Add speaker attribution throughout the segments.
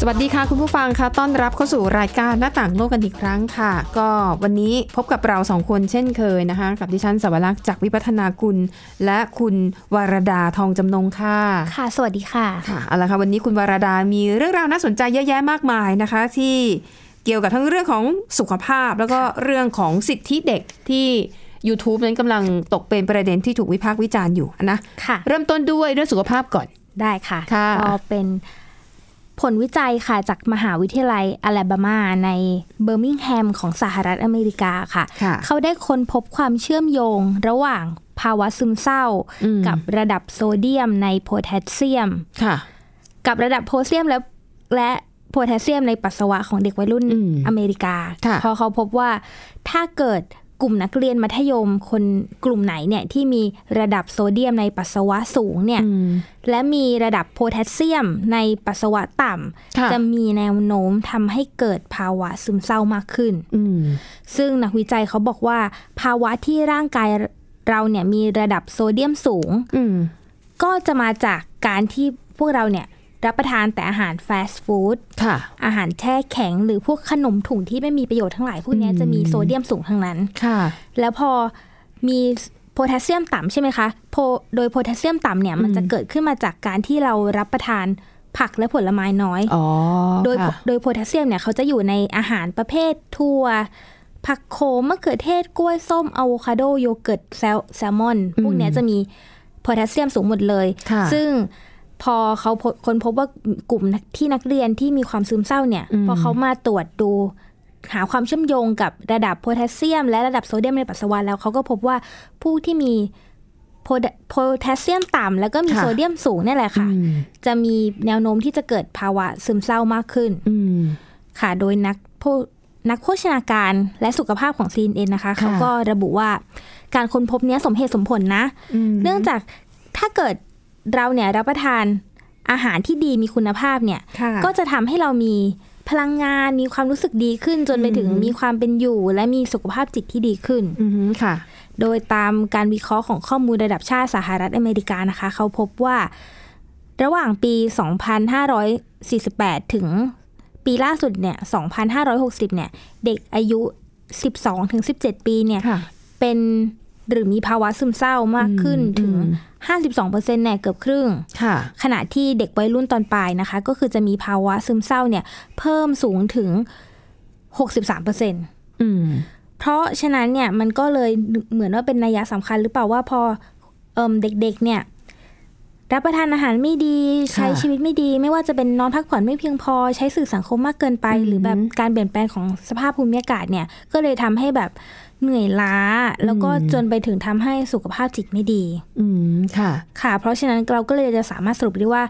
Speaker 1: สวัสดีค่ะคุณผู้ฟังค่ะต้อนรับเข้าสู่รายการหน้าต่างโลกกันอีกครั้งค่ะ ก็วันนี้พบกับเราสองคนเช่นเคยนะคะ กับดิฉันสวรักษ์จากวิพัฒนากุลและคุณวารดาทองจำนงค่ะ
Speaker 2: ค่ะ สวัสดีค่ะ
Speaker 1: ค่ะเอาละค่ะวันนี้คุณวราดา มีเรื่องราวน่าสนใจเยอะแยะมากมายนะคะ ที่เกี่ยวกับทั้งเรื่องของสุขภาพ แล้วก็เรื่องของสิทธิเด็กที่ YouTube นั้นกำลังตกเป็นประเด็นที่ถูกวิพากษ์วิจารณ์อยู่นะ
Speaker 2: ค่ะ
Speaker 1: เริ่มต้นด้วยเรื่องสุขภาพก่อน
Speaker 2: ได้ค่ะ
Speaker 1: ค่ะ
Speaker 2: ก็เป็นผลวิจัยค่ะ จากมหาวิทยาลัยอลาบามาในเบอร์มิงแฮมของสหรัฐอเมริกาค่ะ
Speaker 1: ค่ะ
Speaker 2: เขาได้ค้นพบความเชื่อมโยงระหว่างภาวะซึมเศร้า
Speaker 1: อืม
Speaker 2: กับระดับโซเดียมในโพแทสเซียม
Speaker 1: ค่ะ
Speaker 2: กับระดับโพเซียมและและโพแทสเซียมในปัสสาวะของเด็กวัยรุ่น
Speaker 1: อืม
Speaker 2: อเมริกา
Speaker 1: ค่ะ
Speaker 2: เพอเขาพบว่าถ้าเกิดกลุ่มนักเรียนมัธยมคนกลุ่มไหนเนี่ยที่มีระดับโซเดียมในปัสสาวะสูงเนี่ย และมีระดับโพแทสเซียมในปัสสาวะต่
Speaker 1: ค่ะ
Speaker 2: ำ จะมีแนวโน้มทำให้เกิดภาวะซึมเศร้ามากขึ้น
Speaker 1: อืม
Speaker 2: ซึ่งนักวิจัยเขาบอกว่า ภาวะที่ร่างกายเราเนี่ยมีระดับโซเดียมสูง
Speaker 1: อืม
Speaker 2: ก็จะมาจากการที่พวกเราเนี่ยรับประทานแต่อาหารฟาสต์ฟู้ด
Speaker 1: ค่ะ
Speaker 2: อาหารแช่แข็ง หรือพวกขนมถุงที่ไม่มีประโยชน์ทั้งหลายพวกเนี้ย
Speaker 1: อืม
Speaker 2: จะมีโซเดียมสูงทั้งนั้น
Speaker 1: ค่ะ
Speaker 2: แล้วพอมีโพแทสเซียมต่ำใช่ไหมคะโพโดยโพแทสเซียมต่ำเนี่ยมันจะเกิดขึ้นมาจากการที่เรารับประทานผักและผลไม้น้อย
Speaker 1: อ๋อ
Speaker 2: โดย
Speaker 1: ค่ะ
Speaker 2: โดยโพแทสเซียมเนี่ยเขาจะอยู่ในอาหารประเภทถั่วผักโขมมะเขือเทศกล้วยส้มอะโวคาโดโยเกิร์ตแซลแซลมอน พวกเนี้ยจะมีโพแทสเซียมสูงหมดเลย
Speaker 1: ค่ะ
Speaker 2: ซึ่งพอเขาพบคนพบว่ากลุ่มนักที่นักเรียนที่มีความซึมเศร้าเนี่ย พอเขามาตรวจดู หาความเชื่อมโยงกับระดับโพแทสเซียม และระดับโซเดียมในปัสสาวะแล้วเขาก็พบว่าผู้ที่มีโพแทโพแทสเซียมต่ำแล้วก็มี
Speaker 1: ค่ะ
Speaker 2: โซเดียมสูงเนี่ยแหละค่ะ
Speaker 1: อืม
Speaker 2: จะมีแนวโน้มที่จะเกิดภาวะซึมเศร้ามากขึ้น
Speaker 1: อืม
Speaker 2: ค่ะ โดยนักโภนักโภชนาการและสุขภาพของ CNN นะคะ เขาก็ระบุว่าการค้นพบเนี้ยสมเหตุสมผลนะ
Speaker 1: อืม
Speaker 2: เนื่องจากถ้าเกิดเราเนี่ยรับประทานอาหารที่ดีมีคุณภาพเนี่ย
Speaker 1: ค่ะ
Speaker 2: ก็จะทำให้เรามีพลังงานมีความรู้สึกดีขึ้นจนไปถึงมีความเป็นอยู่ และมีสุขภาพจิตที่ดีขึ้น
Speaker 1: อืมค่ะ
Speaker 2: โดยตามการวิเคราะห์ของข้อมูลระดับชาติสหรัฐอเมริกานะคะ เขาพบว่าระหว่างปี 2548 ถึงปีล่าสุดเนี่ย 2560 เนี่ย เด็กอายุ 12 ถึง 17 ปีเนี่ย
Speaker 1: ค่ะ
Speaker 2: เป็นหรือมีภาวะซึมเศร้ามากขึ้น
Speaker 1: อืม
Speaker 2: ถึง
Speaker 1: อื
Speaker 2: 52%เนี่ยเกือบครึ่ง
Speaker 1: ค่ะ
Speaker 2: ขณะที่เด็กวัยรุ่นตอนปลายนะคะ ก็คือจะมีภาวะซึมเศร้าเนี่ย เพิ่มสูงถึง 63%
Speaker 1: อืม
Speaker 2: เพราะฉะนั้นเนี่ยมันก็เลยเหมือนว่าเป็นนัยยะสำคัญหรือเปล่าว่าพอเอิมเด็กๆเนี่ยรับประทานอาหารไม่ดีใช้
Speaker 1: ค่ะ
Speaker 2: ชีวิตไม่ดี ไม่ว่าจะเป็นนอนพักผ่อนไม่เพียงพอ ใช้สื่อสังคมมากเกินไป
Speaker 1: อืม
Speaker 2: หรือแบบการเปลี่ยนแปลงของสภาพภูมิอากาศเนี่ยก็เลยทำให้แบบเหนื่อยล้า แล้วก็
Speaker 1: อืม
Speaker 2: จนไปถึงทำให้สุขภาพจิตไม่ดี
Speaker 1: อืมค่ะ
Speaker 2: ค่ะ เพราะฉะนั้นเราก็เลยจะสามารถสรุปได้ว่า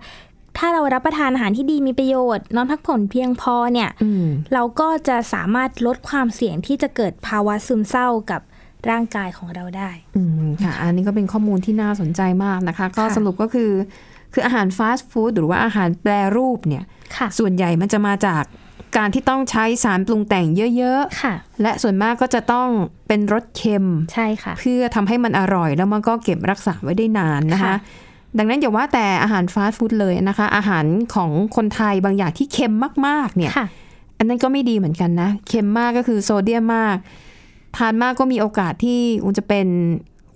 Speaker 2: ถ้าเรารับประทานอาหารที่ดีมีประโยชน์ นอนพักผ่อนเพียงพอเนี่ย
Speaker 1: อืม
Speaker 2: เราก็จะสามารถลดความเสี่ยงที่จะเกิดภาวะซึมเศร้ากับร่างกายของเราได้
Speaker 1: อืมค่ะ อันนี้ก็เป็นข้อมูลที่น่าสนใจมากนะคะ ก็
Speaker 2: ค่ะ
Speaker 1: สรุปก็คือ คืออาหารฟาสต์ฟู้ดหรือว่าอาหารแปรรูปเนี่ย
Speaker 2: ค่ะ
Speaker 1: ส่วนใหญ่มันจะมาจากการที่ต้องใช้สารปรุงแต่งเยอะ
Speaker 2: ค่ะ
Speaker 1: ๆ และส่วนมากก็จะต้องเป็นรสเค็ม
Speaker 2: ใช่ค่ะ
Speaker 1: เพื่อทำให้มันอร่อยแล้วมันก็เก็บรักษาไว้ได้นานนะคะ
Speaker 2: ค่ะ
Speaker 1: ดังนั้นอย่าว่าแต่อาหารฟาสต์ฟู้ดเลยนะคะ อาหารของคนไทยบางอย่างที่เค็มมากๆเนี่ย
Speaker 2: ค่ะ
Speaker 1: อันนั้นก็ไม่ดีเหมือนกันนะ เค็มมากก็คือโซเดียมมาก ทานมากก็มีโอกาสที่คุณจะเป็น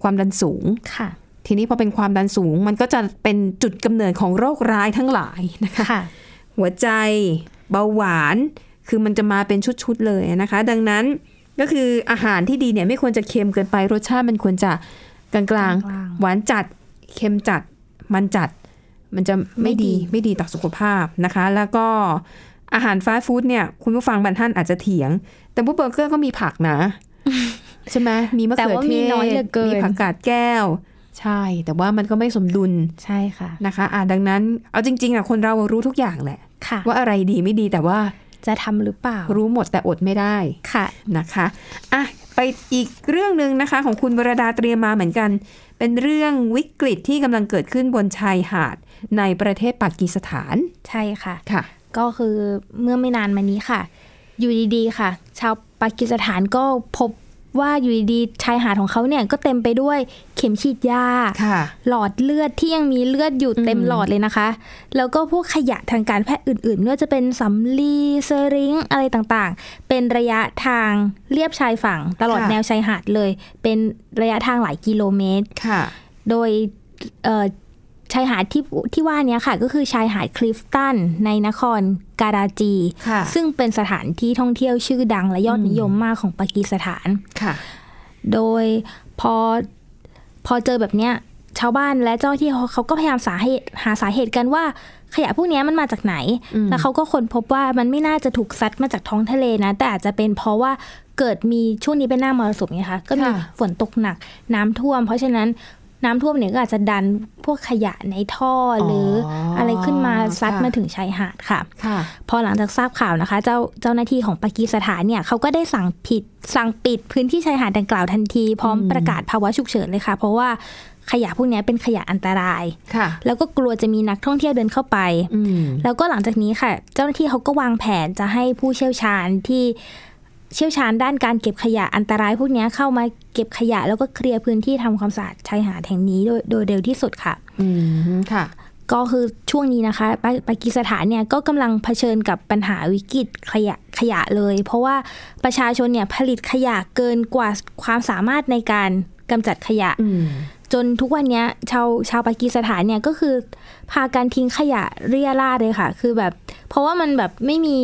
Speaker 1: ความดันสูง
Speaker 2: ค่ะ
Speaker 1: ทีนี้พอเป็นความดันสูง มันก็จะเป็นจุดกำเนิดของโรคร้ายทั้งหลายนะคะ
Speaker 2: ค่ะ
Speaker 1: หัวใจเบาหวาน คือมันจะมาเป็นชุดๆเลยนะคะ ดังนั้นก็คืออาหารที่ดีเนี่ยไม่ควรจะเค็มเกินไปรสชาติมันควรจะกลางๆ
Speaker 2: ลางๆ
Speaker 1: หวานจัดเค็มจัดมันจัด มันจะไม่ดี
Speaker 2: ไม่ดี
Speaker 1: ไม่ดีต่อสุขภาพนะคะ แล้วก็อาหารฟาสต์ฟู้ดเนี่ย คุณผู้ฟังบางท่านอาจจะเถียง แต่ว่าเบอร์เกอร์ก็มีผัก นะ ใช่ไหมมีมะ
Speaker 2: แต่
Speaker 1: เขือ
Speaker 2: ว่า
Speaker 1: เท
Speaker 2: มี
Speaker 1: ศ
Speaker 2: น้อยเหลือเกิน
Speaker 1: มีผักกาดแก้ว ใช่ แต่ว่ามันก็ไม่สมดุล
Speaker 2: ใช่ค่ะ
Speaker 1: นะคะอ่ะดังนั้นเอาจริงๆอ่ะคนเรารู้ทุกอย่างแหละ
Speaker 2: ค่ะ
Speaker 1: ว่าอะไรดีไม่ดีแต่ว่า
Speaker 2: จะทำหรือเปล่า
Speaker 1: รู้หมดแต่อดไม่ได้
Speaker 2: ค่ะ
Speaker 1: นะคะอ่ะไปอีกเรื่องหนึ่งนะคะ ของคุณวรดาเตรียมมาเหมือนกัน เป็นเรื่องวิกฤตที่กำลังเกิดขึ้นบนชายหาด ในประเทศปากีสถาน
Speaker 2: ใช่ค่ะ
Speaker 1: ค่ะ
Speaker 2: ก็คือเมื่อไม่นานมานี้ค่ะ อยู่ดีๆค่ะ ชาวปากีสถานก็พบว่าอยู่ดีๆชายหาดของเขาเนี่ยก็เต็มไปด้วยเข็มฉีดยา
Speaker 1: ค่ะ
Speaker 2: หลอดเลือดที่ยังมีเลือดอยู่เต็ม
Speaker 1: อืม
Speaker 2: หลอดเลยนะคะ แล้วก็พวกขยะทางการแพทย์อื่นๆไม่ว่าจะเป็นสำลีเซริงอะไรต่างๆ เป็นระยะทางเลียบชายฝั่ง ตลอดแนวชายหาดเลย เป็นระยะทางหลายกิโลเมตร
Speaker 1: ค่ะ
Speaker 2: โดยเอ่อชายหาดที่ที่ว่าเนี้ยค่ะ ก็คือชายหาดคลิฟตันในนครการาจี
Speaker 1: ค่ะ
Speaker 2: ซึ่งเป็นสถานที่ท่องเที่ยวชื่อดังและยอดนิยมมากของปากีสถาน
Speaker 1: ค่ะ
Speaker 2: โดยพอพอเจอแบบเนี้ยชาวบ้านและเจ้าหน้าที่เขาเขาก็พยายามสาเหตุหาสาเหตุกันว่าขยะพวกเนี้ยมันมาจากไหน
Speaker 1: อืม
Speaker 2: แล้วเขาก็ค้นพบว่ามันไม่น่าจะถูกซัดมาจากท้องทะเลนะ แต่อาจจะเป็นเพราะว่าเกิดมีช่วงนี้เป็นหน้ามรสุมไงคะก็มี
Speaker 1: ค่ะ
Speaker 2: ฝนตกหนักน้ำท่วม เพราะฉะนั้นน้ำท่วมเนี่ยก็อาจจะดันพวกขยะในท่อหรืออะไรขึ้นมาซัดมาถึงชายหาดค่ะ
Speaker 1: ค่ะ
Speaker 2: พอหลังจากทราบข่าวนะคะ เจ้าเจ้าหน้าที่ของปากีสถานเนี่ยเขาก็ได้สั่งผิดสั่งปิดพื้นที่ชายหาดดังกล่าวทันที พร้อม
Speaker 1: อืม
Speaker 2: ประกาศภาวะฉุกเฉินเลยค่ะ เพราะว่าขยะพวกเนี้ยเป็นขยะอันตราย
Speaker 1: ค่ะ
Speaker 2: แล้วก็กลัวจะมีนักท่องเที่ยวเดินเข้าไป
Speaker 1: อืม
Speaker 2: แล้วก็หลังจากนี้ค่ะ เจ้าหน้าที่เขาก็วางแผนจะให้ผู้เชี่ยวชาญที่เชี่ยวชาญด้านการเก็บขยะอันตราย พวกเนี้ยเข้ามาเก็บขยะแล้วก็เคลียร์พื้นที่ทำความสะอาดชายหาดแห่งนี้โดยโดยเร็วที่สุดค่ะ
Speaker 1: อืม ค่ะ
Speaker 2: ก็คือช่วงนี้นะคะปาปากีสถานเนี่ยก็กำลังเผชิญกับปัญหาวิกฤตขยะขยะเลย เพราะว่าประชาชนเนี่ยผลิตขยะเกินกว่าความสามารถในการกำจัดขยะ
Speaker 1: อืม
Speaker 2: จนทุกวันเนี้ยชาวชาวปากีสถานเนี่ยก็คือพาการทิ้งขยะเรียราดเลยค่ะ คือแบบ เพราะว่ามันแบบไม่มี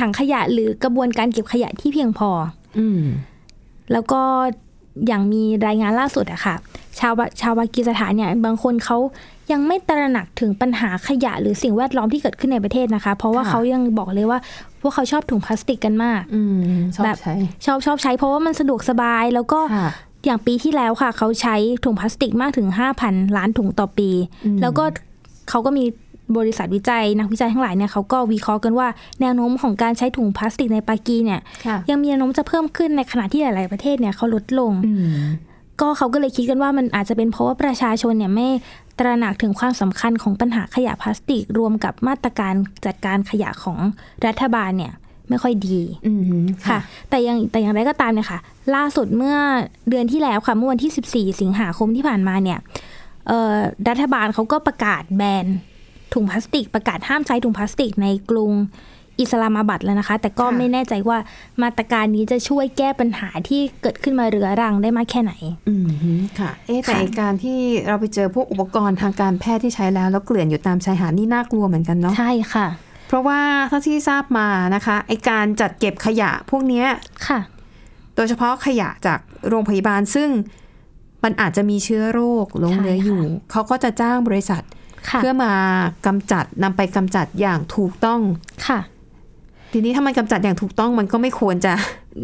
Speaker 2: ถังขยะหรือกระบวนการเก็บขยะที่เพียงพอ
Speaker 1: อืม
Speaker 2: แล้วก็อย่างมีรายงานล่าสุดอะค่ะ ชาวบะชาวปากีสถานเนี่ยบางคนเขายังไม่ตระหนักถึงปัญหาขยะหรือสิ่งแวดล้อมที่เกิดขึ้นในประเทศนะคะ เพราะว่า
Speaker 1: ค่ะ
Speaker 2: เขายังบอกเลยว่าพวกเขาชอบถุงพลาสติกกันมาก
Speaker 1: อืมชอบ
Speaker 2: แบบ
Speaker 1: ใช้
Speaker 2: ชอบชอบใช้เพราะว่ามันสะดวกสบาย แล้วก็
Speaker 1: ค่ะ
Speaker 2: อย่างปีที่แล้วค่ะ เขาใช้ถุงพลาสติกมากถึง 5,000 ล้านถุงต่อปี
Speaker 1: อืม
Speaker 2: แล้วก็เขาก็มีบริษัทวิจัยนักวิจัยทั้งหลายเนี่ยเขาก็วิเคราะห์กันว่าแนวโน้มของการใช้ถุงพลาสติกในปากีเนี่ย
Speaker 1: ค่ะ
Speaker 2: ยังมีแนวโน้มจะเพิ่มขึ้นในขณะที่หลาย ๆ ประเทศเนี่ยเขาลดลง
Speaker 1: อืม
Speaker 2: ก็เขาก็เลยคิดกันว่ามันอาจจะเป็นเพราะว่าประชาชนเนี่ยไม่ตระหนักถึงความสำคัญของปัญหาขยะพลาสติก รวมกับมาตรการจัดการขยะของรัฐบาลเนี่ยไม่ค่อยดี
Speaker 1: อืม
Speaker 2: ค่ะ แต่ยังแต่อย่างไรก็ตามเนี่ยค่ะ ล่าสุดเมื่อเดือนที่แล้วค่ะเมื่อวันที่ 14 สิงหาคมที่ผ่านมาเนี่ยเอ่อรัฐบาลเขาก็ประกาศแบนถุงพลาสติก ประกาศห้ามใช้ถุงพลาสติกในกรุงอิสลามาบัดแล้วนะคะ แต่ก็
Speaker 1: ค่ะ
Speaker 2: ไม่แน่ใจว่ามาตรการนี้จะช่วยแก้ปัญหาที่เกิดขึ้นมาเรื้อรังได้มากแค่ไหน
Speaker 1: อืมค่ะ เอ๊ะแต่
Speaker 2: ค่ะ
Speaker 1: ไอ้การที่เราไปเจอพวกอุปกรณ์ทางการแพทย์ที่ใช้แล้ว แล้วเกลื่อนอยู่ตามชายหาดนี่น่ากลัวเหมือนกันเนาะ
Speaker 2: ใช่ค่ะ
Speaker 1: เพราะว่าเท่าที่ทราบมานะคะไอการจัดเก็บขยะพวกเนี้ย
Speaker 2: ค่ะ
Speaker 1: โดยเฉพาะขยะจากโรงพยาบาลซึ่งมันอาจจะมีเชื้อโรคหลงเหลือ
Speaker 2: ใช่ค่ะ
Speaker 1: อยู่ เขาก็จะจ้างบริษัท
Speaker 2: ค่ะ
Speaker 1: เพื่อมากำจัดนำไปกำจัดอย่างถูกต้อง
Speaker 2: ค่ะ
Speaker 1: ทีนี้ถ้ามันกำจัดอย่างถูกต้องมันก็ไม่ควรจะ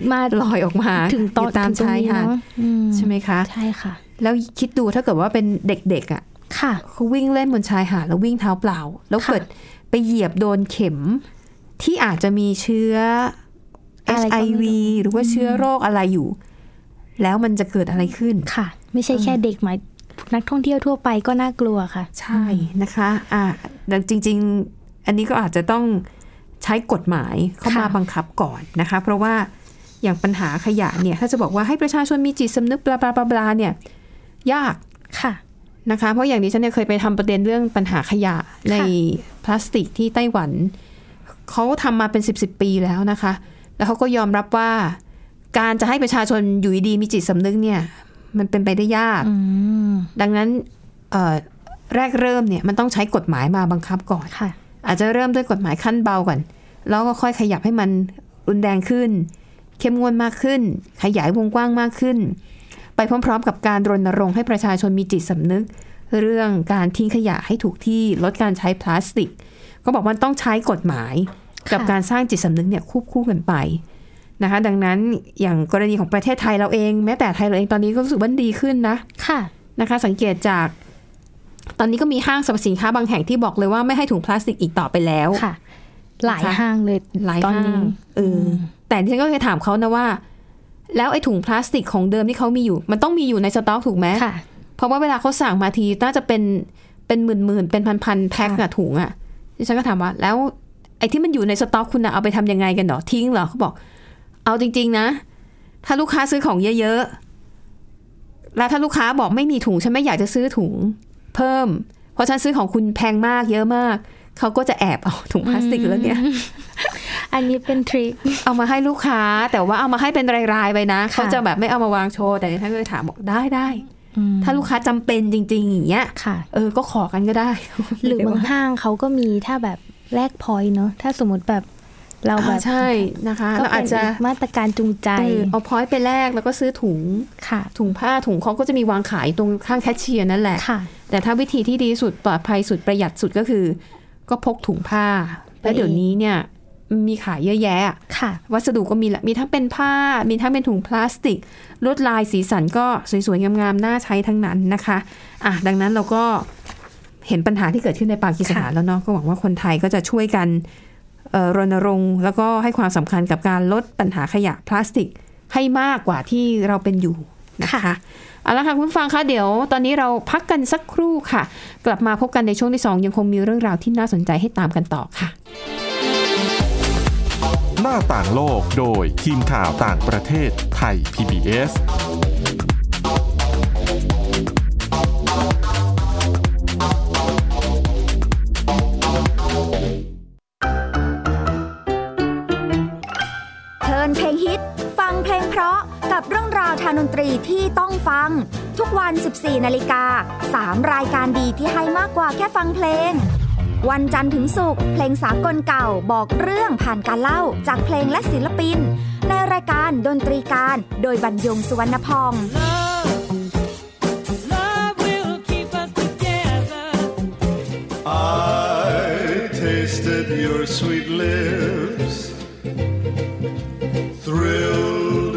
Speaker 2: มา
Speaker 1: ลอยออกมา
Speaker 2: ถึงตอน
Speaker 1: ยู่ตาม
Speaker 2: ถึงร
Speaker 1: ชาง ย
Speaker 2: นี้
Speaker 1: หาด
Speaker 2: เนอะอืม
Speaker 1: ใช่ไหมคะ
Speaker 2: ใช่ค่ะ
Speaker 1: แล้วคิดดูถ้าเกิดว่าเป็นเด็กๆอ่ะ
Speaker 2: ค่ะ
Speaker 1: เขาวิ่งเล่นบนชายหาดแล้ววิ่งเท้าเปล่า แล้ว
Speaker 2: ค่ะ
Speaker 1: เกิดไปเหยียบโดนเข็ม ที่อาจจะมีเชื้อ
Speaker 2: อะไรก็ไม่รู้
Speaker 1: HIV หรือว่าเชื้อโรคอะไรอยู่ แล้วมันจะเกิดอะไรขึ้น
Speaker 2: ค่ะ ไม่ใช่แค่เด็กหมายนักท่องเที่ยวทั่วไปก็น่ากลัวค่ะ
Speaker 1: ใช่นะคะอ่ะแต่จริง ๆ อันนี้ก็อาจจะต้องใช้กฎหมายเข้ามา
Speaker 2: ค่ะ
Speaker 1: บังคับก่อนนะคะ เพราะว่าอย่างปัญหาขยะเนี่ย ถ้าจะบอกว่าให้ประชาชนมีจิตสำนึกบลาบลาบลาบลาเนี่ย ยาก
Speaker 2: ค่ะ
Speaker 1: นะคะ เพราะอย่างนี้ฉันเนี่ยเคยไปทำประเด็นเรื่องปัญหาขยะในพลาสติกที่ไต้หวัน เขาทำมาเป็น 10บสปีแล้วนะคะ แล้วเขาก็ยอมรับว่าการจะให้ประชาชนอยู่ดีๆมีจิตสำนึกเนี่ย มันเป็นไปได้ยาก
Speaker 2: อืม
Speaker 1: ดังนั้นเอ่อแรกเริ่มเนี่ยมันต้องใช้กฎหมายมาบังคับก่อน
Speaker 2: ค่ะ
Speaker 1: อาจจะเริ่มด้วยกฎหมายขั้นเบาก่อน แล้วก็ค่อยขยับให้มันรุนแรงขึ้น เข้มงวดมากขึ้น ขยายวงกว้างมากขึ้น ไปพร้อม ๆ กับการรณรงค์ให้ประชาชนมีจิตสำนึก เรื่องการทิ้งขยะให้ถูกที่ลดการใช้พลาสติก ก็บอกว่าต้องใช้กฎหมาย
Speaker 2: ค่ะ
Speaker 1: กับการสร้างจิตสำนึกเนี่ยควบคู่กันไปนะคะ ดังนั้นอย่างกรณีของประเทศไทยเราเอง แม้แต่ไทยเราเองตอนนี้ก็รู้สึกว่าดีขึ้นนะ
Speaker 2: ค่ะ
Speaker 1: นะคะสังเกตจากตอนนี้ก็มีห้างสรรพสินค้าบางแห่งที่บอกเลยว่าไม่ให้ถุงพลาสติกอีกต่อไปแล้ว
Speaker 2: ค่ะ หลาย
Speaker 1: นะคะ
Speaker 2: ห้างเลย
Speaker 1: หลาย
Speaker 2: ตอน
Speaker 1: ห้า
Speaker 2: นี้
Speaker 1: งเอออแต่ที่ฉันก็เคยถามเขานะว่า แล้วไอ้ถุงพลาสติกของเดิมที่เขามีอยู่ มันต้องมีอยู่ในสต็อกถูกไหม
Speaker 2: ค่ะ
Speaker 1: เพราะว่าเวลาเขาสั่งมาทีน่าจะเป็น เป็นหมื่นหมื่นๆเป็นพันพันๆแพ็คอะถุงอะดิฉันก็ถามว่า แล้วไอ้ที่มันอยู่ในสต็อกคุณอะเอาไปทำยังไงกันเหรอทิ้งเหรอเขาบอก เอาจริง ๆ นะ ถ้าลูกค้าซื้อของเยอะๆ แล้วถ้าลูกค้าบอกไม่มีถุงฉันไม่อยากจะซื้อถุงเพิ่ม เพราะฉันซื้อของคุณแพงมากเยอะมาก เขาก็จะแอบเอาถุงพลาสติกแล้วเนี่ย
Speaker 2: อันนี้เป็นทริค
Speaker 1: เอามาให้ลูกค้าแต่ว่าเอามาให้เป็นรายๆไปนะ
Speaker 2: ค่ะ
Speaker 1: เขาจะแบบไม่เอามาวางโชว์แต่ดิฉันก็เลยถามบอกได้ได้ถ้าลูกค้าจำเป็นจริง ๆ อย่างเงี้ย
Speaker 2: ค่ะ
Speaker 1: เออก็ขอกันก็ได้
Speaker 2: หรือบางห้างเขาก็มีถ้าแบบแลกพอยต์เนอะถ้าสมมติแบบเรา
Speaker 1: เอา
Speaker 2: แบ
Speaker 1: แบบ บใช่นะคะ
Speaker 2: ก็
Speaker 1: เราอา
Speaker 2: เป็
Speaker 1: จ
Speaker 2: น
Speaker 1: จะ
Speaker 2: อีกมาตรการจูงใจ
Speaker 1: เออเอาพอยต์ไปแลกแล้วก็ซื้อถุง
Speaker 2: ค่ะ
Speaker 1: ถุงผ้าถุงเขาก็จะมีวางขายตรงข้างแคชเชียร์นั่นแหละ
Speaker 2: ค่ะ
Speaker 1: แต่ถ้าวิธีที่ดีสุดปลอดภัยสุดประหยัดสุดก็คือ ก็พกถุงผ้า
Speaker 2: ไป
Speaker 1: แล้วเดี๋ยวนี้เนี่ยมีขายเยอะแยะ
Speaker 2: ค่ะ
Speaker 1: วัสดุก็มีแหละ มีทั้งเป็นผ้า มีทั้งเป็นถุงพลาสติก ลวดลายสีสันก็สวยๆ งามๆ น่าใช้ทั้งนั้นนะคะ อ่ะ ดังนั้นเราก็เห็นปัญหาที่เกิดขึ้นในปากีสถาน
Speaker 2: ค่ะ
Speaker 1: แล้วเนาะ ก็หวังว่าคนไทยก็จะช่วยกันเอ่อรณรงค์ แล้วก็ให้ความสำคัญกับการลดปัญหาขยะพลาสติกให้มากกว่าที่เราเป็นอยู่นะคะ เอาละค่ะคุณผู้ฟังคะเดี๋ยวตอนนี้เราพักกันสักครู่ค่ะ กลับมาพบกันในช่วงที่สองยังคงมีเรื่องราวที่น่าสนใจให้ตามกันต่อค่ะ
Speaker 3: หน้าต่างโลกโดยทีมข่าวต่างประเทศไทย PBS
Speaker 4: เพลินเพลงฮิต ฟังเพลงเพราะกับเรื่องราวทางดนตรีที่ต้องฟัง ทุกวัน 14 นาฬิกา 3 รายการดีที่ให้มากกว่าแค่ฟังเพลง วันจันทร์ถึงศุกร์เพลงสากลเก่าบอกเรื่องผ่านการเล่าจากเพลงและศิลปิน ในรายการดนตรีการโดยบรรยงสุวรรณพอง
Speaker 5: Love will keep us together.
Speaker 6: I tasted your sweet lips, thrilled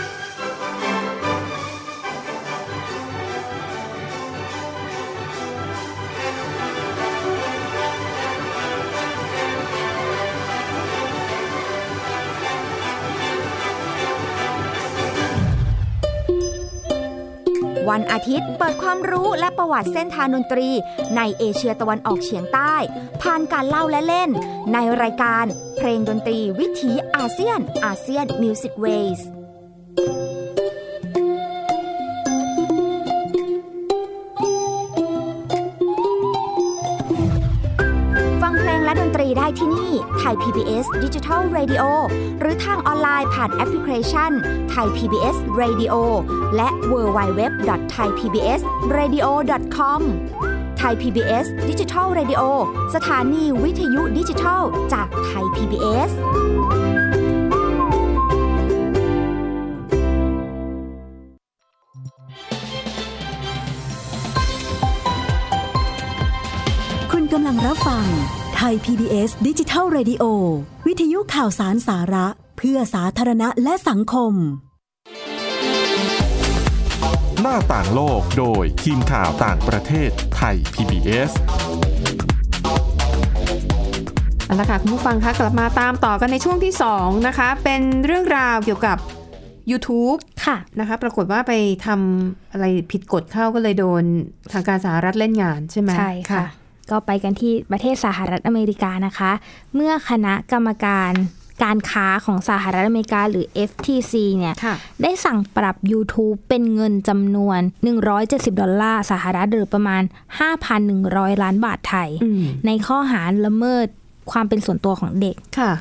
Speaker 4: วันอาทิตย์เปิดความรู้และประวัติเส้นทางดนตรี ในเอเชียตะวันออกเฉียงใต้ ผ่านการเล่าและเล่น ในรายการเพลงดนตรีวิถีอาเซียนอาเซียนมิวสิกเวส ฟังเพลงและดนตรีได้ที่นี่ ไทย PBS Digital Radio หรือทางออนไลน์ผ่านแอปพลิเคชัน ไทย PBS Radio และ w w w t h a i p b s r a d i o c o m ไทย PBS Digital Radio สถานีวิทยุดิจิทัลจากไทย PBS
Speaker 7: คุณกำลังรับฟังไทย PBS ดิจิทัล Radio วิทยุข่าวสารสาระ เพื่อสาธารณะและสังคม
Speaker 3: หน้าต่างโลกโดยทีมข่าวต่างประเทศไทย PBS
Speaker 1: เอาละค่ะคุณผู้ฟังคะกลับมาตามต่อกันในช่วงที่ 2 นะคะ เป็นเรื่องราวเกี่ยวกับ YouTube
Speaker 2: ค่ะ
Speaker 1: นะคะ ปรากฏว่าไปทำอะไรผิดกฎเข้าก็เลยโดนทางการสหรัฐเล่นงานใช่ไหม
Speaker 2: ใช่ค่ะ ก็ไปกันที่ประเทศสหรัฐอเมริกานะคะ เมื่อคณะกรรมการการค้าของสหรัฐอเมริกาหรือ FTC เนี่ย
Speaker 1: ค่ะ
Speaker 2: ได้สั่งปรับ YouTube เป็นเงินจำนวน 170 ดอลลาร์สหรัฐหรือประมาณ 5,100 ล้านบาทไทย
Speaker 1: อืม
Speaker 2: ในข้อหาละเมิดความเป็นส่วนตัวของเด็ก
Speaker 1: ค่ะ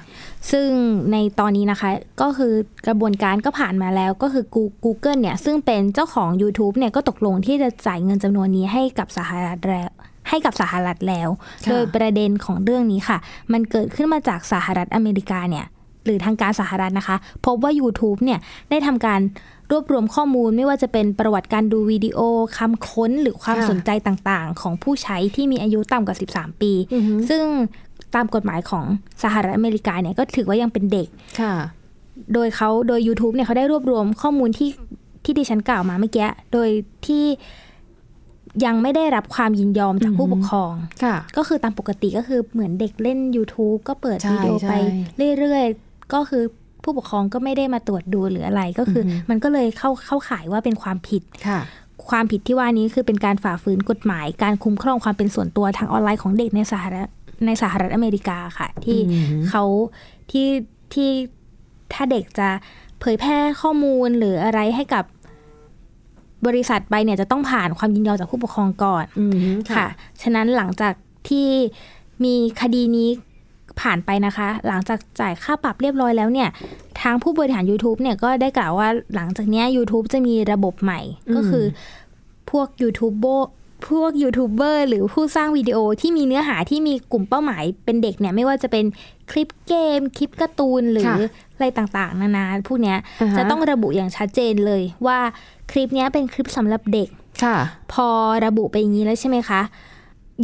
Speaker 2: ซึ่งในตอนนี้นะคะ ก็คือกระบวนการก็ผ่านมาแล้วก็คือ Goo- Google เนี่ย ซึ่งเป็นเจ้าของ YouTube เนี่ย ก็ตกลงที่จะจ่ายเงินจำนวนนี้ให้กับสหรัฐแล้ว ให้กับสหรัฐแล้ว
Speaker 1: ค่ะ
Speaker 2: โดยประเด็นของเรื่องนี้ค่ะ มันเกิดขึ้นมาจากสหรัฐอเมริกาเนี่ย หรือทางการสหรัฐนะคะ พบว่า YouTube เนี่ย ได้ทำการรวบรวมข้อมูลไม่ว่าจะเป็นประวัติการดูวิดีโอคำค้นหรือความสนใจต่างๆ ของผู้ใช้ที่มีอายุต่ำกว่า 13 ปี ซึ่งตามกฎหมายของสหรัฐอเมริกาเนี่ยก็ถือว่ายังเป็นเด็ก
Speaker 1: ค่ะ
Speaker 2: โดยเขาโดย YouTube เนี่ยเขาได้รวบรวมข้อมูลที่ที่ดิฉันกล่าวมาเมื่อกี้ โดยที่ ยังไม่ได้รับความยินยอมจากผู้ปกครอง
Speaker 1: ค่ะ
Speaker 2: ก็คือตามปกติก็คือเหมือนเด็กเล่น YouTube ก็เปิด
Speaker 1: ใช่
Speaker 2: วิดีโอ
Speaker 1: ใช่
Speaker 2: ไปเรื่อยๆ ก็คือผู้ปกครองก็ไม่ได้มาตรวจดูหรืออะไรก็คืออ
Speaker 1: อหือ
Speaker 2: มันก็เลยเข้าเข้าข่ายว่าเป็นความผิด
Speaker 1: ค่ะ
Speaker 2: ความผิดที่ว่านี้คือเป็นการฝ่าฝืนกฎหมาย การคุ้มครองความเป็นส่วนตัวทางออนไลน์ของเด็กในสหรัฐในสหรัฐอเมริกาค่ะ ที่
Speaker 1: อืม
Speaker 2: เขาที่ที่ถ้าเด็กจะเผยแพร่ข้อมูลหรืออะไรให้กับบริษัทไปเนี่ยจะต้องผ่านความยินยอมจากผู้ปกครองก่อน
Speaker 1: อืม
Speaker 2: ค่ะ ฉะนั้นหลังจากที่มีคดีนี้ผ่านไปนะคะ หลังจากจ่ายค่าปรับเรียบร้อยแล้วเนี่ย ทางผู้บริหาร YouTube เนี่ยก็ได้กล่าวว่าหลังจากเนี้ย YouTube จะมีระบบใหม่ ก็คือพวกยูทูบเบอร์พวกยูทูบเบอร์หรือผู้สร้างวิดีโอที่มีเนื้อหาที่มีกลุ่มเป้าหมายเป็นเด็กเนี่ย ไม่ว่าจะเป็นคลิปเกม คลิปการ์ตูนหรืออะไรต่างๆ นานาพวกเนี้ย
Speaker 1: าฮ
Speaker 2: จะต้องระบุอย่างชัดเจนเลยว่าคลิปเนี้ยเป็นคลิปสำหรับเด็ก
Speaker 1: ค่ะ
Speaker 2: พอระบุไปอย่างนี้แล้วใช่ไหมคะ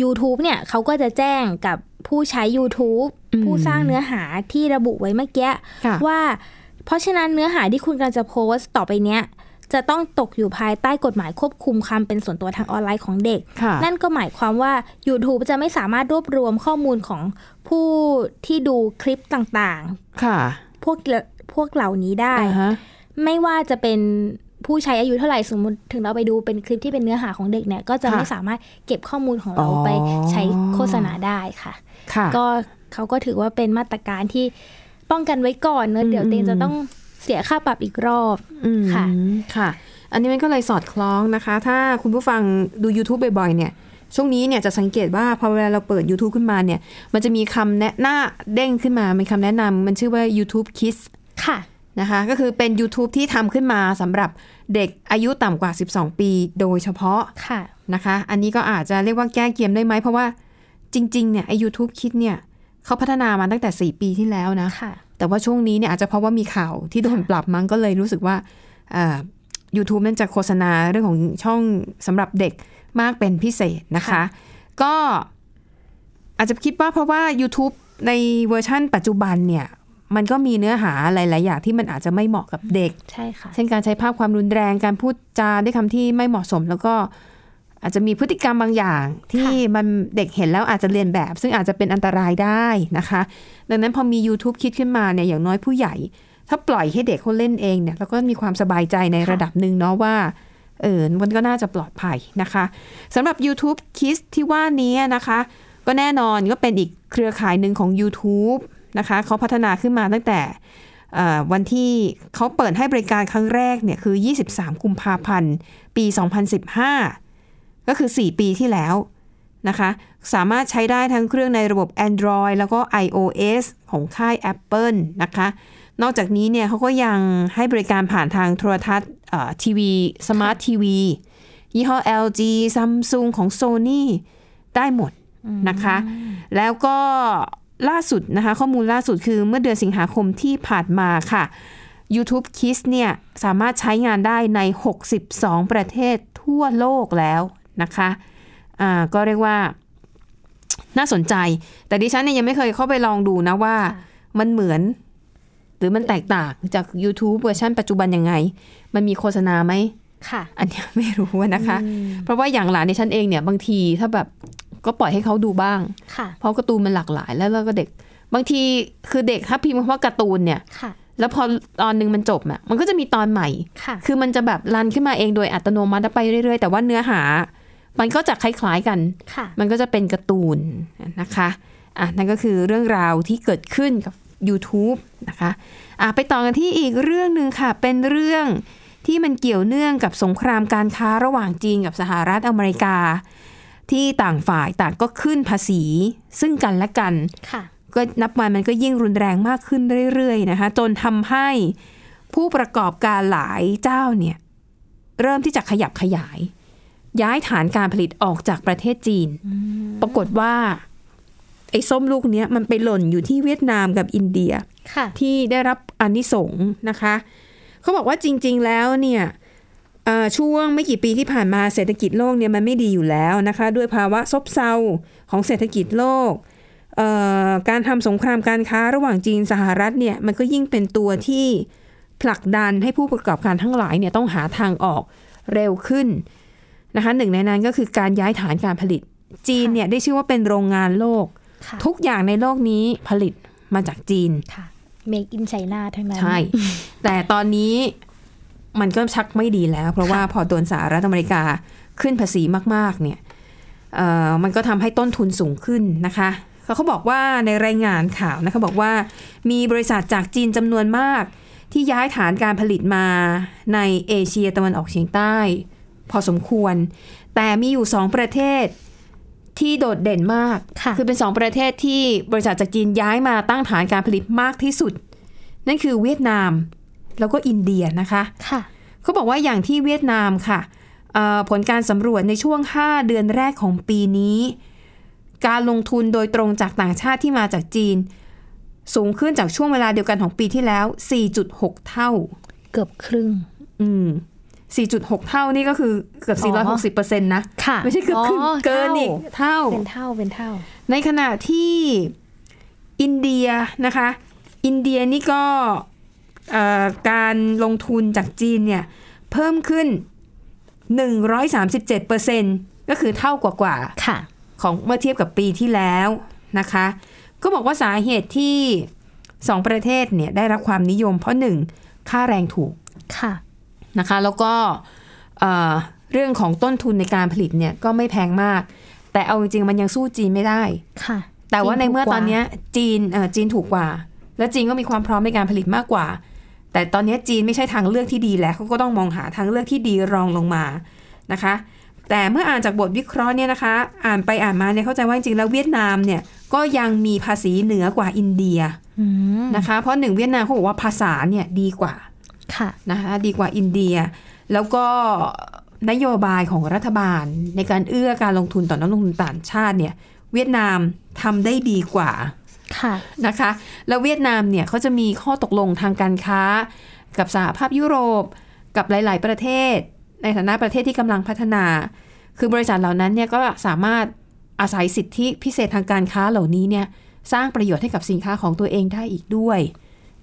Speaker 2: YouTube เนี่ยเขาก็จะแจ้งกับผู้ใช้ YouTube
Speaker 1: อืม
Speaker 2: ผู้สร้างเนื้อหาที่ระบุไว้เมื่อกี้
Speaker 1: ค่ะ
Speaker 2: ว่า เพราะฉะนั้นเนื้อหาที่คุณกำลังจะโพสต์ต่อไปเนี้ย จะต้องตกอยู่ภายใต้กฎหมายควบคุมความเป็นส่วนตัวทางออนไลน์ของเด็ก
Speaker 1: ค่ะ
Speaker 2: นั่นก็หมายความว่า YouTube จะไม่สามารถรวบรวมข้อมูลของผู้ที่ดูคลิปต่าง
Speaker 1: ค่ะ
Speaker 2: ๆ พวกพวกเหล่านี้ได้
Speaker 1: อ่าฮะ
Speaker 2: ไม่ว่าจะเป็นผู้ใช้อายุเท่าไหร่สมมติถึงเราไปดูเป็นคลิปที่เป็นเนื้อหาของเด็กเนี่ย ก็จะ
Speaker 1: ค่ะ
Speaker 2: ไม่สามารถเก็บข้อมูลของเรา
Speaker 1: อ๋อ
Speaker 2: ไปใช้โฆษณาได้ค่ะ
Speaker 1: ค่ะ
Speaker 2: ก็เขาก็ถือว่าเป็นมาตรการที่ป้องกันไว้ก่อนเนอะเดี๋ยว
Speaker 1: อืม
Speaker 2: เตนจะต้องเสียค่าปรับอีกรอบ
Speaker 1: อืม
Speaker 2: ค่ะ
Speaker 1: ค่ะ อันนี้มันก็เลยสอดคล้องนะคะ ถ้าคุณผู้ฟังดู YouTube บ่อยๆ เนี่ย ช่วงนี้เนี่ยจะสังเกตว่าพอเวลาเราเปิด YouTube ขึ้นมาเนี่ย มันจะมีคำแนะหน้าเด้งขึ้นมาเป็นคำแนะนำมันชื่อว่า YouTube Kids
Speaker 2: ค่ะ
Speaker 1: นะคะ ก็คือเป็น YouTube ที่ทำขึ้นมาสำหรับเด็กอายุต่ำกว่า 12 ปีโดยเฉพาะ
Speaker 2: ค่ะ
Speaker 1: นะคะ อันนี้ก็อาจจะเรียกว่าแก้เกมได้ไหม เพราะว่าจริง ๆ เนี่ยไอ้ยูทูบคิดเนี่ยเขาพัฒนามาตั้งแต่ 4 ปีที่แล้วนะ
Speaker 2: ค่ะ
Speaker 1: แต่ว่าช่วงนี้เนี่ยอาจจะเพราะว่ามีข่าวที่โดนปรับมั้งก็เลยรู้สึกว่ายูทูบนั่นจะโฆษณาเรื่องของช่องสำหรับเด็กมากเป็นพิเศษนะคะ
Speaker 2: ค่ะ
Speaker 1: ก็อาจจะคิดว่าเพราะว่า YouTube ในเวอร์ชั่นปัจจุบันเนี่ย มันก็มีเนื้อหาหลาย ๆ อย่างที่มันอาจจะไม่เหมาะกับเด็ก
Speaker 2: ใช่ค่ะ
Speaker 1: เช่นการใช้ภาพความรุนแรงการพูดจาด้วยคำที่ไม่เหมาะสม แล้วก็อาจจะมีพฤติกรรมบางอย่าง ที่มันเด็กเห็นแล้วอาจจะเรียนแบบ ซึ่งอาจจะเป็นอันตรายได้นะคะ ดังนั้นพอมี YouTube คิดขึ้นมาเนี่ยอย่างน้อยผู้ใหญ่ ถ้าปล่อยให้เด็กเขาเล่นเองเนี่ยแล้วก็มีความสบายใจในระดับหนึ่งเนาะว่าเออมันก็น่าจะปลอดภัยนะคะสำหรับ YouTube Kids ที่ว่านี้นะคะ ก็แน่นอนก็เป็นอีกเครือข่ายหนึ่งของ YouTube นะคะเขาพัฒนาขึ้นมาตั้งแต่ เอ่อวันที่เขาเปิดให้บริการครั้งแรกเนี่ยคือ 23 กุมภาพันธ์ ปี 2015 ก็คือ 4 ปีที่แล้วนะคะ สามารถใช้ได้ทั้งเครื่องในระบบ Android แล้วก็ iOS ของค่าย Apple นะคะ นอกจากนี้เนี่ยเขาก็ยังให้บริการผ่านทางโทรทัศน์ทีวีสมาร์ททีวียี่ห้อ LG Samsung ของ Sony ได้หมดนะคะ แล้วก็ล่าสุดนะคะ ข้อมูลล่าสุดคือเมื่อเดือนสิงหาคมที่ผ่านมาค่ะ YouTube Kids เนี่ยสามารถใช้งานได้ใน 62 ประเทศทั่วโลกแล้วนะคะอ่าก็เรียกว่า น่าสนใจ แต่ดิฉันเนี่ยยังไม่เคยเข้าไปลองดูนะว่า มันเหมือน หรือมันแตกต่างจาก YouTube เวอร์ชันปัจจุบันยังไง มันมีโฆษณาไหม
Speaker 2: ค่ะ
Speaker 1: อันเนี้ยไม่รู้อะนะคะ เพราะว่าอย่างหลานในฉันเองเนี่ยบางทีถ้าแบบก็ปล่อยให้เขาดูบ้าง
Speaker 2: ค่ะ
Speaker 1: เพราะการ์ตูนมันหลากหลายแล้วแล้วก็เด็ก บางทีคือเด็กถ้าพิมพ์คำว่าการ์ตูนเนี่ย
Speaker 2: ค่ะ
Speaker 1: แล้วพอตอนหนึ่งมันจบน่ะมันก็จะมีตอนใหม่
Speaker 2: ค่ะ
Speaker 1: คือมันจะแบบรันขึ้นมาเองโดยอัตโนมัติแล้วไปเรื่อยๆ แต่ว่าเนื้อหา มันก็จะคล้ายๆกัน
Speaker 2: ค่ะ
Speaker 1: มันก็จะเป็นการ์ตูนนะคะอ่ะนั่นก็คือเรื่องราวที่เกิดขึ้นกับ YouTube นะคะอ่ะไปต่อกันที่อีกเรื่องหนึ่งค่ะ เป็นเรื่องที่มันเกี่ยวเนื่องกับสงครามการค้าระหว่างจีนกับสหรัฐอเมริกา ที่ต่างฝ่ายต่างก็ขึ้นภาษี ซึ่งกันและกัน
Speaker 2: ค่ะ
Speaker 1: ก็นับวันมันก็ยิ่งรุนแรงมากขึ้นเรื่อยๆนะคะ จนทำให้ผู้ประกอบการหลายเจ้าเนี่ยเริ่มที่จะขยับขยาย ย้ายฐานการผลิตออกจากประเทศจีน ปรากฏว่า ไอ้ส้มลูกเนี้ยมันไปหล่นอยู่ที่เวียดนามกับอินเดีย
Speaker 2: ค่ะ
Speaker 1: ที่ได้รับอนนิสงส์นะคะ เขาบอกว่าจริง ๆ แล้วเนี่ยเอ่อช่วงไม่กี่ปีที่ผ่านมาเศรษฐกิจโลกเนี่ยมันไม่ดีอยู่แล้วนะคะ ด้วยภาวะซบเซาของเศรษฐกิจโลกเอ่อการทำสงครามการค้าระหว่างจีนสหรัฐเนี่ยมันก็ยิ่งเป็นตัวที่ผลักดันให้ผู้ประกอบการทั้งหลายเนี่ยต้องหาทางออกเร็วขึ้น นะคะหนึ่งในนั้นก็คือการย้ายฐานการผลิต จีนเนี่ยได้ชื่อว่าเป็นโรงงานโลก
Speaker 2: ค่ะ
Speaker 1: ทุกอย่างในโลกนี้ผลิตมาจากจีน
Speaker 2: ค่ะ make in China ทั้งนั้น
Speaker 1: ใช่ แต่ตอนนี้มันก็ชักไม่ดีแล้ว เพราะว่าพอโดนสหรัฐอเมริกาขึ้นภาษีมาก ๆ เนี่ยเอ่อมันก็ทำให้ต้นทุนสูงขึ้นนะคะเขาเขาบอกว่าในรายงานข่าวนะคะบอกว่ามีบริษัทจากจีนจำนวนมาก ที่ย้ายฐานการผลิตมาในเอเชียตะวันออกเฉียงใต้ พอสมควร แต่มีอยู่สองประเทศที่โดดเด่นมาก
Speaker 2: ค่ะ
Speaker 1: อเป็นสองประเทศที่บริษัทจากจีนย้ายมาตั้งฐานการผลิตมากที่สุด นั่นคือเวียดนามแล้วก็อินเดียนะคะ
Speaker 2: ค่ะ
Speaker 1: เขาบอกว่าอย่างที่เวียดนามค่ะเอ่อผลการสำรวจในช่วง 5 เดือนแรกของปีนี้ การลงทุนโดยตรงจากต่างชาติที่มาจากจีน สูงขึ้นจากช่วงเวลาเดียวกันของปีที่แล้ว 4.6 เท่า
Speaker 2: เกือบครึ่ง
Speaker 1: อืม 4.6 เท่านี่ก็คือเกือบ 460%นะ
Speaker 2: ค่ะ
Speaker 1: ไม่ใช่เกือบครึ่ง
Speaker 2: อ๋อ
Speaker 1: เกิน
Speaker 2: เท่า
Speaker 1: อีกเท่า
Speaker 2: เป็นเท่าเป็นเท่า
Speaker 1: ในขณะที่อินเดียนะคะ อินเดียนี่ก็เอ่อการลงทุนจากจีนเนี่ยเพิ่มขึ้น 137%ก็คือเท่ากว่ากว่า
Speaker 2: ค่ะ
Speaker 1: ๆของเมื่อเทียบกับปีที่แล้วนะคะ ก็บอกว่าสาเหตุที่ 2 ประเทศเนี่ยได้รับความนิยมเพราะ 1. ค่าแรงถูก
Speaker 2: ค่ะ
Speaker 1: นะคะแล้วก็เอ่อเรื่องของต้นทุนในการผลิตเนี่ยก็ไม่แพงมาก แต่เอาจริงๆมันยังสู้จีนไม่ได้
Speaker 2: ค่ะ
Speaker 1: แต่ว่าในเมื่อตอนเนี้ย
Speaker 2: ย
Speaker 1: จีนเอ่อจีนถูกกว่า และจีนก็มีความพร้อมในการผลิตมากกว่า แต่ตอนเนี้ยจีนไม่ใช่ทางเลือกที่ดีแล้วเขาก็ต้องมองหาทางเลือกที่ดีรองลงมานะคะ แต่เมื่ออ่านจากบทวิเคราะห์เนี่ยนะคะ อ่านไปอ่านมาเนี่ยเข้าใจว่าจริงๆแล้วเวียดนามเนี่ยก็ยังมีภาษีเหนือกว่าอินเดียนะคะ เพราะหนึ่งเวียดนามเขาบอกว่าภาษาเนี่ยดีกว่า
Speaker 2: ค่ะ
Speaker 1: นะคะดีกว่าอินเดีย แล้วก็นโยบายของรัฐบาล ในการเอื้อการลงทุนต่อนักลงทุนต่างชาติเนี่ยเวียดนามทำได้ดีกว่า
Speaker 2: ค่ะ
Speaker 1: นะคะแล้วเวียดนามเนี่ยเขาจะมีข้อตกลงทางการค้า กับสหภาพยุโรปกับหลาย ๆ ประเทศ ในฐานะประเทศที่กำลังพัฒนา คือบริษัทเหล่านั้นเนี่ยก็สามารถอาศัยสิทธิพิเศษทางการค้าเหล่านี้เนี่ยสร้างประโยชน์ให้กับสินค้าของตัวเองได้อีกด้วย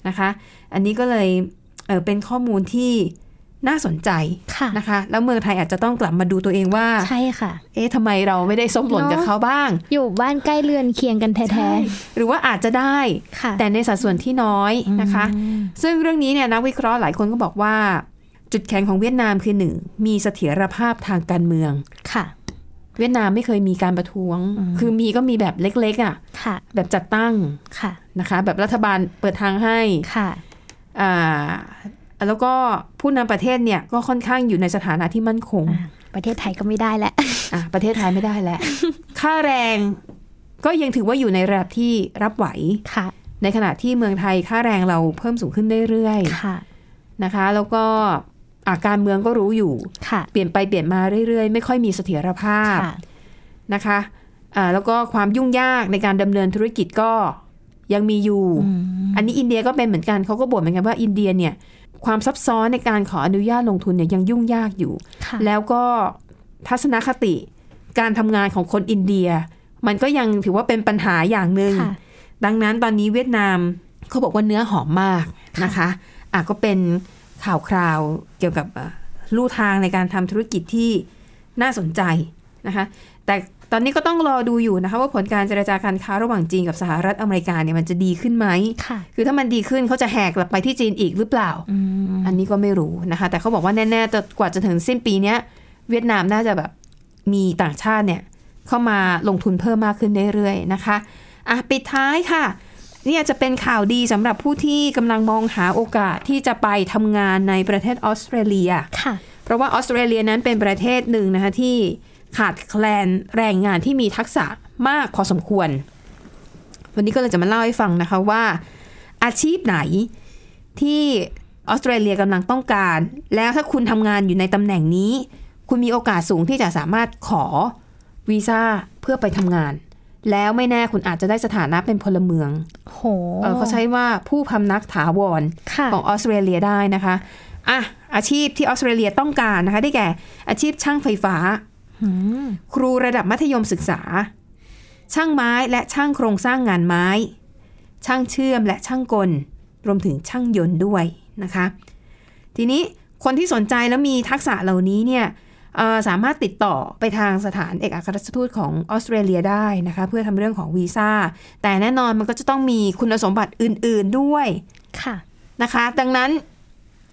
Speaker 1: นะคะ อันนี้ก็เลยเอ่อเป็นข้อมูลที่น่าสนใจ
Speaker 2: ค่ะ
Speaker 1: นะคะ แล้วเมืองไทยอาจจะต้องกลับมาดูตัวเองว่า
Speaker 2: ใช่ค่ะ
Speaker 1: เอ๊ะทำไมเราไม่ได้ส้มหล่นกับเขาบ้าง
Speaker 2: อยู่บ้านใกล้เรือนเคียงกันแท้
Speaker 1: หรือว่าอาจจะได้
Speaker 2: ๆค่ะ
Speaker 1: แต่ในสัดส่วนที่น้อยนะคะ ซึ่งเรื่องนี้เนี่ยนักวิเคราะห์หลายคนก็บอกว่า จุดแข็งของเวียดนามคือหนึ่งมีเสถียรภาพทางการเมือง
Speaker 2: ค่ะ
Speaker 1: เวียดนามไม่เคยมีการประท้วง คือมีก็มีแบบเล็กๆอ่ะ
Speaker 2: ค่ะ
Speaker 1: แบบจัดตั้ง
Speaker 2: ค่ะ
Speaker 1: นะคะ แบบรัฐบาลเปิดทางให้
Speaker 2: ค่ะ
Speaker 1: อ่าแล้วก็ผู้นำประเทศเนี่ยก็ค่อนข้างอยู่ในสถานะที่มั่นคง
Speaker 2: อ่ะ ประเทศไทยก็ไม่ได้แล้ว
Speaker 1: อ่ะประเทศไทยไม่ได้แล้ว ค่าแรงก็ยังถือว่าอยู่ในระดับที่รับไหว
Speaker 2: ค่ะ
Speaker 1: ในขณะที่เมืองไทยค่าแรงเราเพิ่มสูงขึ้นเรื่อยๆ
Speaker 2: ค่ะ
Speaker 1: นะคะ แล้วก็อาการเมืองก็รู้อยู่
Speaker 2: ค่ะ
Speaker 1: เปลี่ยนไปเปลี่ยนมาเรื่อยๆ ไม่ค่อยมีเสถียรภาพ
Speaker 2: ค่ะ
Speaker 1: นะคะอ่าแล้วก็ความยุ่งยากในการดำเนินธุรกิจก็ยังมีอยู่ อันนี้อินเดียก็เป็นเหมือนกันเขาก็บ่นเหมือนกันว่าอินเดียเนี่ยความซับซ้อนในการขออนุญาตลงทุนเนี่ยยังยุ่งยากอยู่
Speaker 2: ค่ะ
Speaker 1: แล้วก็ทัศนคติการทำงานของคนอินเดีย มันก็ยังถือว่าเป็นปัญหาอย่างหนึ่ง
Speaker 2: ค่ะ
Speaker 1: ดังนั้นตอนนี้เวียดนามเขาบอกว่าเนื้อหอมมากนะคะอ่ะก็เป็นข่าวคราวเกี่ยวกับเอ่อลู่ทางในการทำธุรกิจที่น่าสนใจนะคะ แต่ตอนนี้ก็ต้องรอดูอยู่นะคะ ว่าผลการเจรจาการค้าระหว่างจีนกับสหรัฐอเมริกาเนี่ยมันจะดีขึ้นไหม
Speaker 2: ค่ะ
Speaker 1: คือถ้ามันดีขึ้นเขาจะแหกกลับไปที่จีนอีกหรือเปล่า อันนี้ก็ไม่รู้นะคะ แต่เขาบอกว่าแน่ๆแต่กว่าจะถึงสิ้นปีเนี้ยเวียดนามน่าจะแบบมีต่างชาติเนี่ยเข้ามาลงทุนเพิ่มมากขึ้นเรื่อยๆนะคะอ่ะปิดท้ายค่ะ เนี่ยจะเป็นข่าวดีสำหรับผู้ที่กำลังมองหาโอกาสที่จะไปทำงานในประเทศออสเตรเลีย
Speaker 2: ค่ะ
Speaker 1: เพราะว่าออสเตรเลียนั้นเป็นประเทศหนึ่งนะคะที่ขาดแคลนแรงงานที่มีทักษะมากพอสมควร วันนี้ก็เลยจะมาเล่าให้ฟังนะคะว่า อาชีพไหนที่ออสเตรเลียกำลังต้องการ แล้วถ้าคุณทำงานอยู่ในตำแหน่งนี้ คุณมีโอกาสสูงที่จะสามารถขอวีซ่าเพื่อไปทำงาน แล้วไม่แน่คุณอาจจะได้สถานะเป็นพลเมือง
Speaker 2: โห
Speaker 1: เอ่อเขาใช้ว่าผู้พำนักถาวร
Speaker 2: ค่ะ
Speaker 1: ของออสเตรเลียได้นะคะอ่ะอาชีพที่ออสเตรเลียต้องการนะคะ ได้แก่ อาชีพช่างไฟฟ้า ครูระดับมัธยมศึกษา ช่างไม้และช่างโครงสร้างงานไม้ ช่างเชื่อมและช่างกล รวมถึงช่างยนต์ด้วยนะคะ ทีนี้คนที่สนใจแล้วมีทักษะเหล่านี้เนี่ย เอ่อสามารถติดต่อไปทางสถานเอกอัครราชทูตของออสเตรเลียได้นะคะเพื่อทำเรื่องของวีซ่า แต่แน่นอนมันก็จะต้องมีคุณสมบัติอื่น ๆด้วย
Speaker 2: ค่ะ
Speaker 1: นะคะ ดังนั้น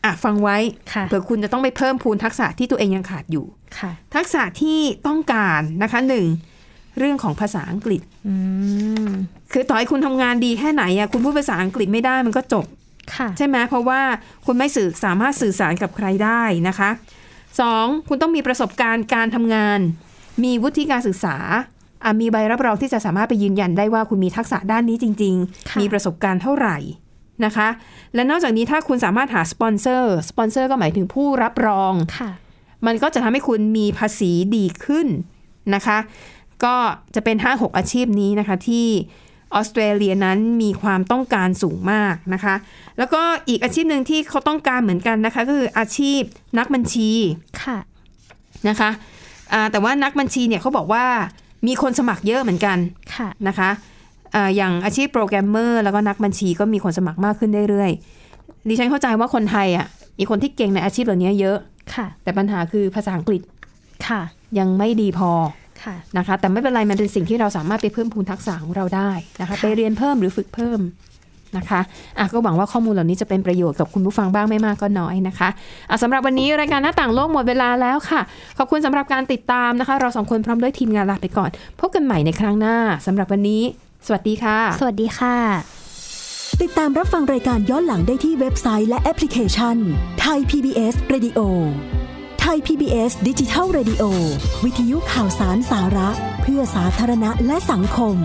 Speaker 1: อ่ะฟังไว้
Speaker 2: ค่ะ
Speaker 1: เผื่อคุณจะต้องไปเพิ่มพูนทักษะที่ตัวเองยังขาดอยู่
Speaker 2: ค่ะ
Speaker 1: ทักษะที่ต้องการนะคะหนึ่งเรื่องของภาษาอังกฤษ
Speaker 2: อืม
Speaker 1: คือต่อให้คุณทำงานดีแค่ไหนอะคุณพูดภาษาอังกฤษไม่ได้มันก็จบ
Speaker 2: ค่ะ
Speaker 1: ใช่ไหมเพราะว่าคุณไม่สื่อสามารถสื่อสารกับใครได้นะคะ 2. คุณต้องมีประสบการณ์การทำงาน มีวุฒิการศึกษาอ่ะมีใบรับรองที่จะสามารถไปยืนยันได้ว่าคุณมีทักษะด้านนี้จริง
Speaker 2: ค่ะ
Speaker 1: ๆ มีประสบการณ์เท่าไหร่นะคะ และนอกจากนี้ถ้าคุณสามารถหาสปอนเซอร์สปอนเซอร์ก็หมายถึงผู้รับรอง
Speaker 2: ค่ะ
Speaker 1: มันก็จะทำให้คุณมีภาษีดีขึ้นนะคะ ก็จะเป็น 5-6 อาชีพนี้นะคะ ที่ออสเตรเลียนั้นมีความต้องการสูงมากนะคะ แล้วก็อีกอาชีพหนึ่งที่เขาต้องการเหมือนกันนะคะ ก็คืออาชีพนักบัญชี
Speaker 2: ค่ะ
Speaker 1: นะคะอ่าแต่ว่านักบัญชีเนี่ยเขาบอกว่ามีคนสมัครเยอะเหมือนกัน
Speaker 2: ค่ะ
Speaker 1: นะคะเอ่ออย่างอาชีพโปรแกรมเมอร์แล้วก็นักบัญชีก็มีคนสมัครมากขึ้นเรื่อยๆ ดิฉันเข้าใจว่าคนไทยอ่ะมีคนที่เก่งในอาชีพเหล่านี้เยอะ
Speaker 2: ค่ะ
Speaker 1: แต่ปัญหาคือภาษาอังกฤษ
Speaker 2: ค่ะ
Speaker 1: ยังไม่ดีพอ
Speaker 2: ค่ะ
Speaker 1: นะคะ แต่ไม่เป็นไร มันเป็นสิ่งที่เราสามารถไปเพิ่มพูนทักษะของเราได้นะคะ ไปเรียนเพิ่มหรือฝึกเพิ่มนะคะอ่ะก็หวังว่าข้อมูลเหล่านี้จะเป็นประโยชน์กับคุณผู้ฟังบ้างไม่มากก็น้อยนะคะอ่ะสำหรับวันนี้รายการหน้าต่างโลกหมดเวลาแล้วค่ะ ขอบคุณสำหรับการติดตามนะคะ เราสองคนพร้อมด้วยทีมงานลาไปก่อน พบกันใหม่ในครั้งหน้าสำหรับวันนี้ สวัสดีค่ะ
Speaker 2: สวัสดีค่ะ
Speaker 7: ติดตามรับฟังรายการย้อนหลังได้ที่เว็บไซต์และแอปพลิเคชันไทย PBS Radio ไทย PBS ดิจิทัล Radio วิทยุข่าวสารสาระ เพื่อสาธารณะและสังคม